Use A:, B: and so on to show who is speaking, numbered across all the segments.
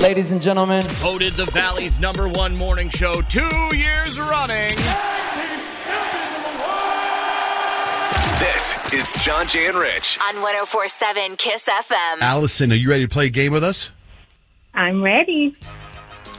A: Ladies and gentlemen,
B: Voted the Valley's number one morning show two years running.
C: This is John, Jay, and Rich.
D: on 1047 Kiss FM.
E: Allison, are you ready to play a game with us?
F: I'm ready.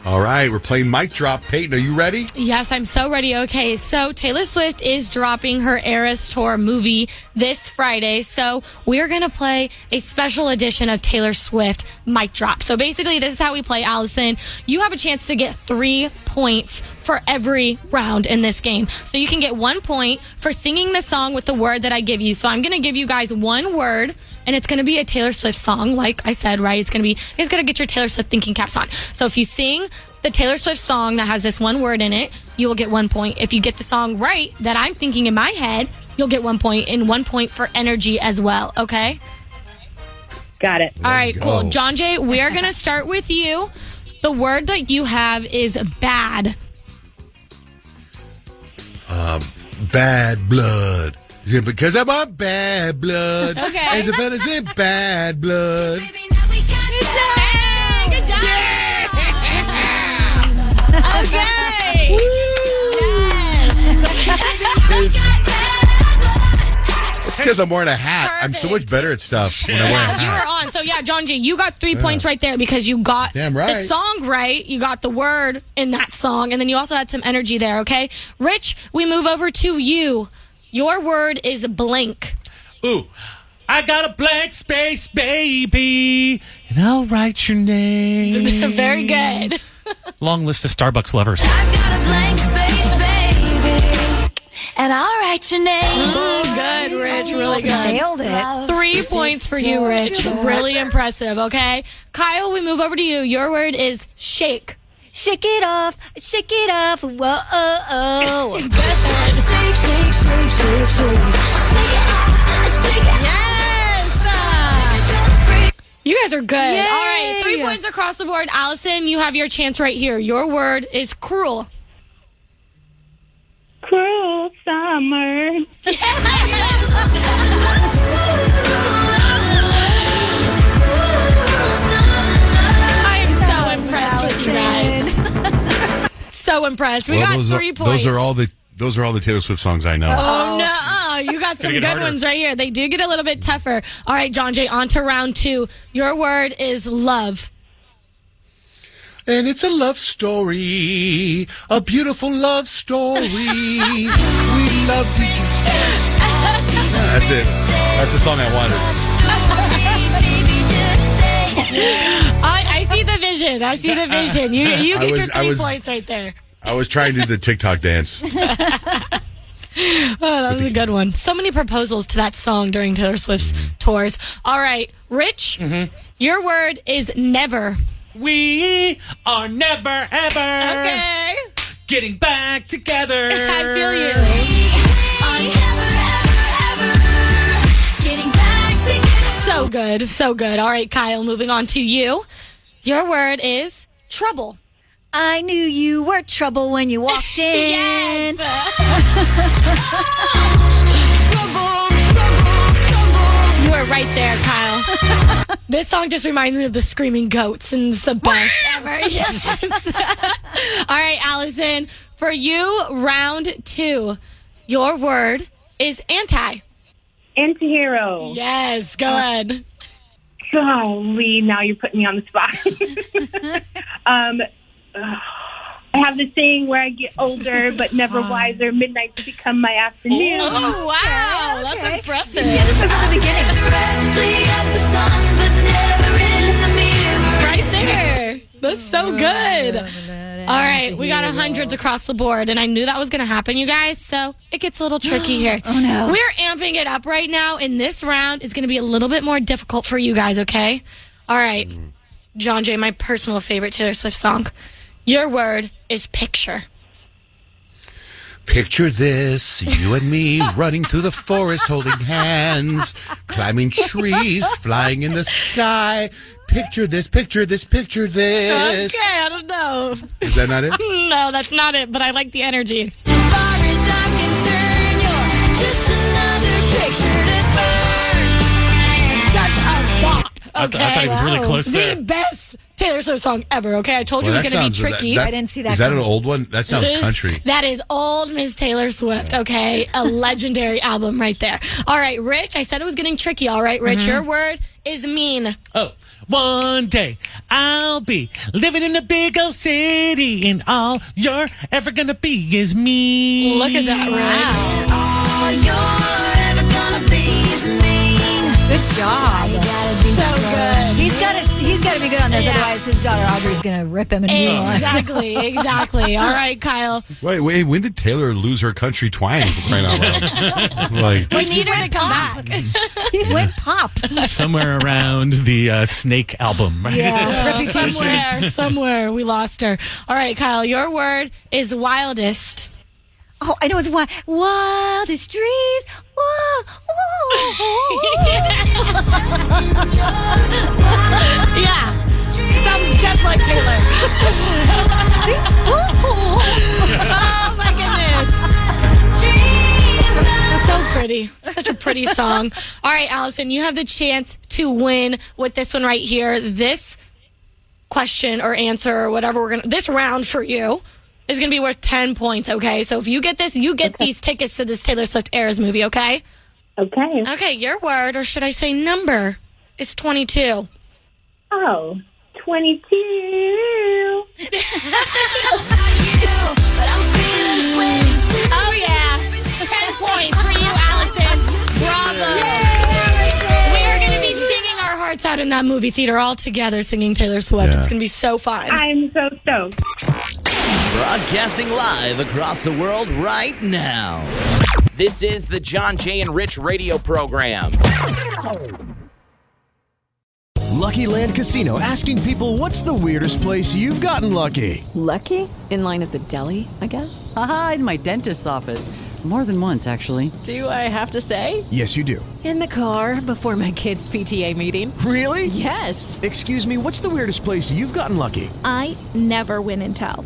E: All right, we're playing mic drop. Peyton, are you ready?
G: Yes, I'm so ready. Okay, so Taylor Swift is dropping her Eras Tour movie this Friday. So we're going to play a special edition of Taylor Swift mic drop. So basically, this is how we play, Allison. You have a chance to get three points for every round in this game. So you can get one point for singing the song with the word that I give you. So I'm going to give you guys one word. And it's going to be a Taylor Swift song, like I said, right? It's going to be, it's going to get your Taylor Swift thinking caps on. So if you sing the Taylor Swift song that has this one word in it, you will get one point. If you get the song right that I'm thinking in my head, you'll get one point and one point for energy as well. Okay.
F: Got it.
G: All right.
E: go.
G: Cool. John Jay, we are going to start with you. The word that you have is bad.
E: Bad blood. Yeah, because I'm on bad blood.
G: Okay.
E: As a fan is in bad blood.
G: Hey, good job. Okay.
E: It's because I'm wearing a hat. I'm so much
G: Perfect.
E: better at stuff when I wear a
G: You
E: hat.
G: were on. So yeah, John G, you got three points right there because you got
E: Damn right.
G: the song right. You got the word in that song, and then you also had some energy there. Okay, Rich, we move over to you. Your word is blank.
B: Ooh, I got a blank space, baby, and I'll write your name.
G: Very good.
B: Long list of Starbucks lovers.
D: And I'll write your name.
G: Oh, Good, Rich. Really good.
H: Nailed it.
G: Three points for you, Rich. Really impressive. Okay, Kyle, we move over to you. Your word is shake.
F: Shake it off. Shake it off. Whoa, oh, oh.
D: Shake, shake, shake, shake, shake. Shake it up, shake it up.
G: You guys are good. All right, three points across the board. Allison, you have your chance right here. Your word is cruel.
F: Cruel summer.
G: I am so impressed with you guys. so impressed. We
E: Well,
G: got
E: those,
G: three
E: are,
G: points.
E: those are all the those are all the Taylor Swift songs I know.
G: Oh no! uh, You got some
B: get
G: good
B: harder.
G: ones right here. They do get a little bit tougher. All right, John Jay, on to round two. Your word is love.
E: And it's a love story, a beautiful love story. we loved each other. That's it. That's the song I wanted.
G: I, I see the vision. I see the vision. You you
E: I
G: get your
E: was- I
G: three
E: was-
G: points right there.
E: I was trying to do the TikTok dance.
G: Oh, that was a good one. So many proposals to that song during Taylor Swift's tours. All right, Rich,
B: Mm-hmm.
G: your word is never.
B: We are never ever
G: Okay.
B: getting back together.
G: I feel you. So good. So good. All right, Kyle, moving on to you. Your word is trouble.
F: I knew you were trouble when you walked in.
G: You were right there, Kyle. this song just reminds me of the Screaming Goats, and it's the best ever. Yes. All right, Allison, for you, round two. Your word is anti.
F: Antihero. Uh,
G: Yes, go ahead.
F: Golly, now you're putting me on the spot. um, ugh. I have this saying where I get older but never wiser. Midnights become my afternoon.
G: Oh, wow. That's impressive. right there. That's so good. All right, we got hundreds across the board, and I knew that was going to happen, you guys. So it gets a little tricky here. oh no, we're amping it up right now, and this round is going to be a little bit more difficult for you guys. Okay, all right.
I: John Jay, my personal favorite Taylor Swift song. Your word is picture.
E: Picture this you and me running through the forest holding hands, climbing trees, flying in the sky. Picture this, picture this, picture this.
I: Okay, I don't know.
E: Is that not it?
I: no, that's not it, but I like the energy. Such a bop. Okay.
B: I th- I thought he was really Wow. close there.
I: The best Taylor Swift song ever. Okay, I told
E: Well,
I: you it
E: that
I: was going to be
E: sounds- that-
I: tricky.
E: that- Is that an old one? That sounds
I: It is-
E: country.
I: That is old Miss Taylor Swift. Okay, a legendary album right there. All right, Rich. I said it was getting tricky. All right, Rich.
E: Mm-hmm.
B: Mhm.
I: Your word is mean.
B: Oh, one day I'll be living in a big old city, and all you're ever gonna be is me.
I: Look at that, Rich.
J: Good job.
I: So good.
J: He's got to he's got to be good on this, otherwise his daughter Audrey's going to rip him a new one.
I: Exactly. Exactly. All right, Kyle.
E: Wait, wait, when did Taylor lose her country twang for crying out loud? like,
I: We need her to come back.
J: He went pop.
B: Somewhere around the uh, Snake album, right?
I: Yeah, somewhere, somewhere we lost her. All right, Kyle, your word is wildest.
J: Oh, I know it's wild. Wildest dreams. Whoa,
I: yeah, sounds just like Taylor. oh my goodness, so pretty, such a pretty song. All right, Allison, you have the chance to win with this one right here. This question or answer or whatever we're gonna this round for you is gonna be worth ten points. Okay, so if you get this, you get these tickets to this Taylor Swift Eras movie. Okay.
G: Okay.
I: Okay, your word, or should I say number, is 22.
G: Oh, 22.
I: Oh, yeah. 10 points for you, Allison. Bravo. We are going to be singing our hearts out in that movie theater all together, singing Taylor Swift.
K: Yeah.
I: It's going to be so fun.
G: I'm so stoked.
K: Broadcasting live across the world right now. This is the John Jay and Rich radio program.
L: Lucky Land Casino asking people what's the weirdest place you've gotten lucky?
M: Lucky? In line at the deli, I guess? Aha, in my dentist's office. More than once, actually.
N: Do I have to say?
L: Yes, you do.
N: In the car before my kids' PTA meeting.
L: Really?
N: Yes.
L: Excuse me, what's the weirdest place you've gotten lucky?
O: I never win and tell.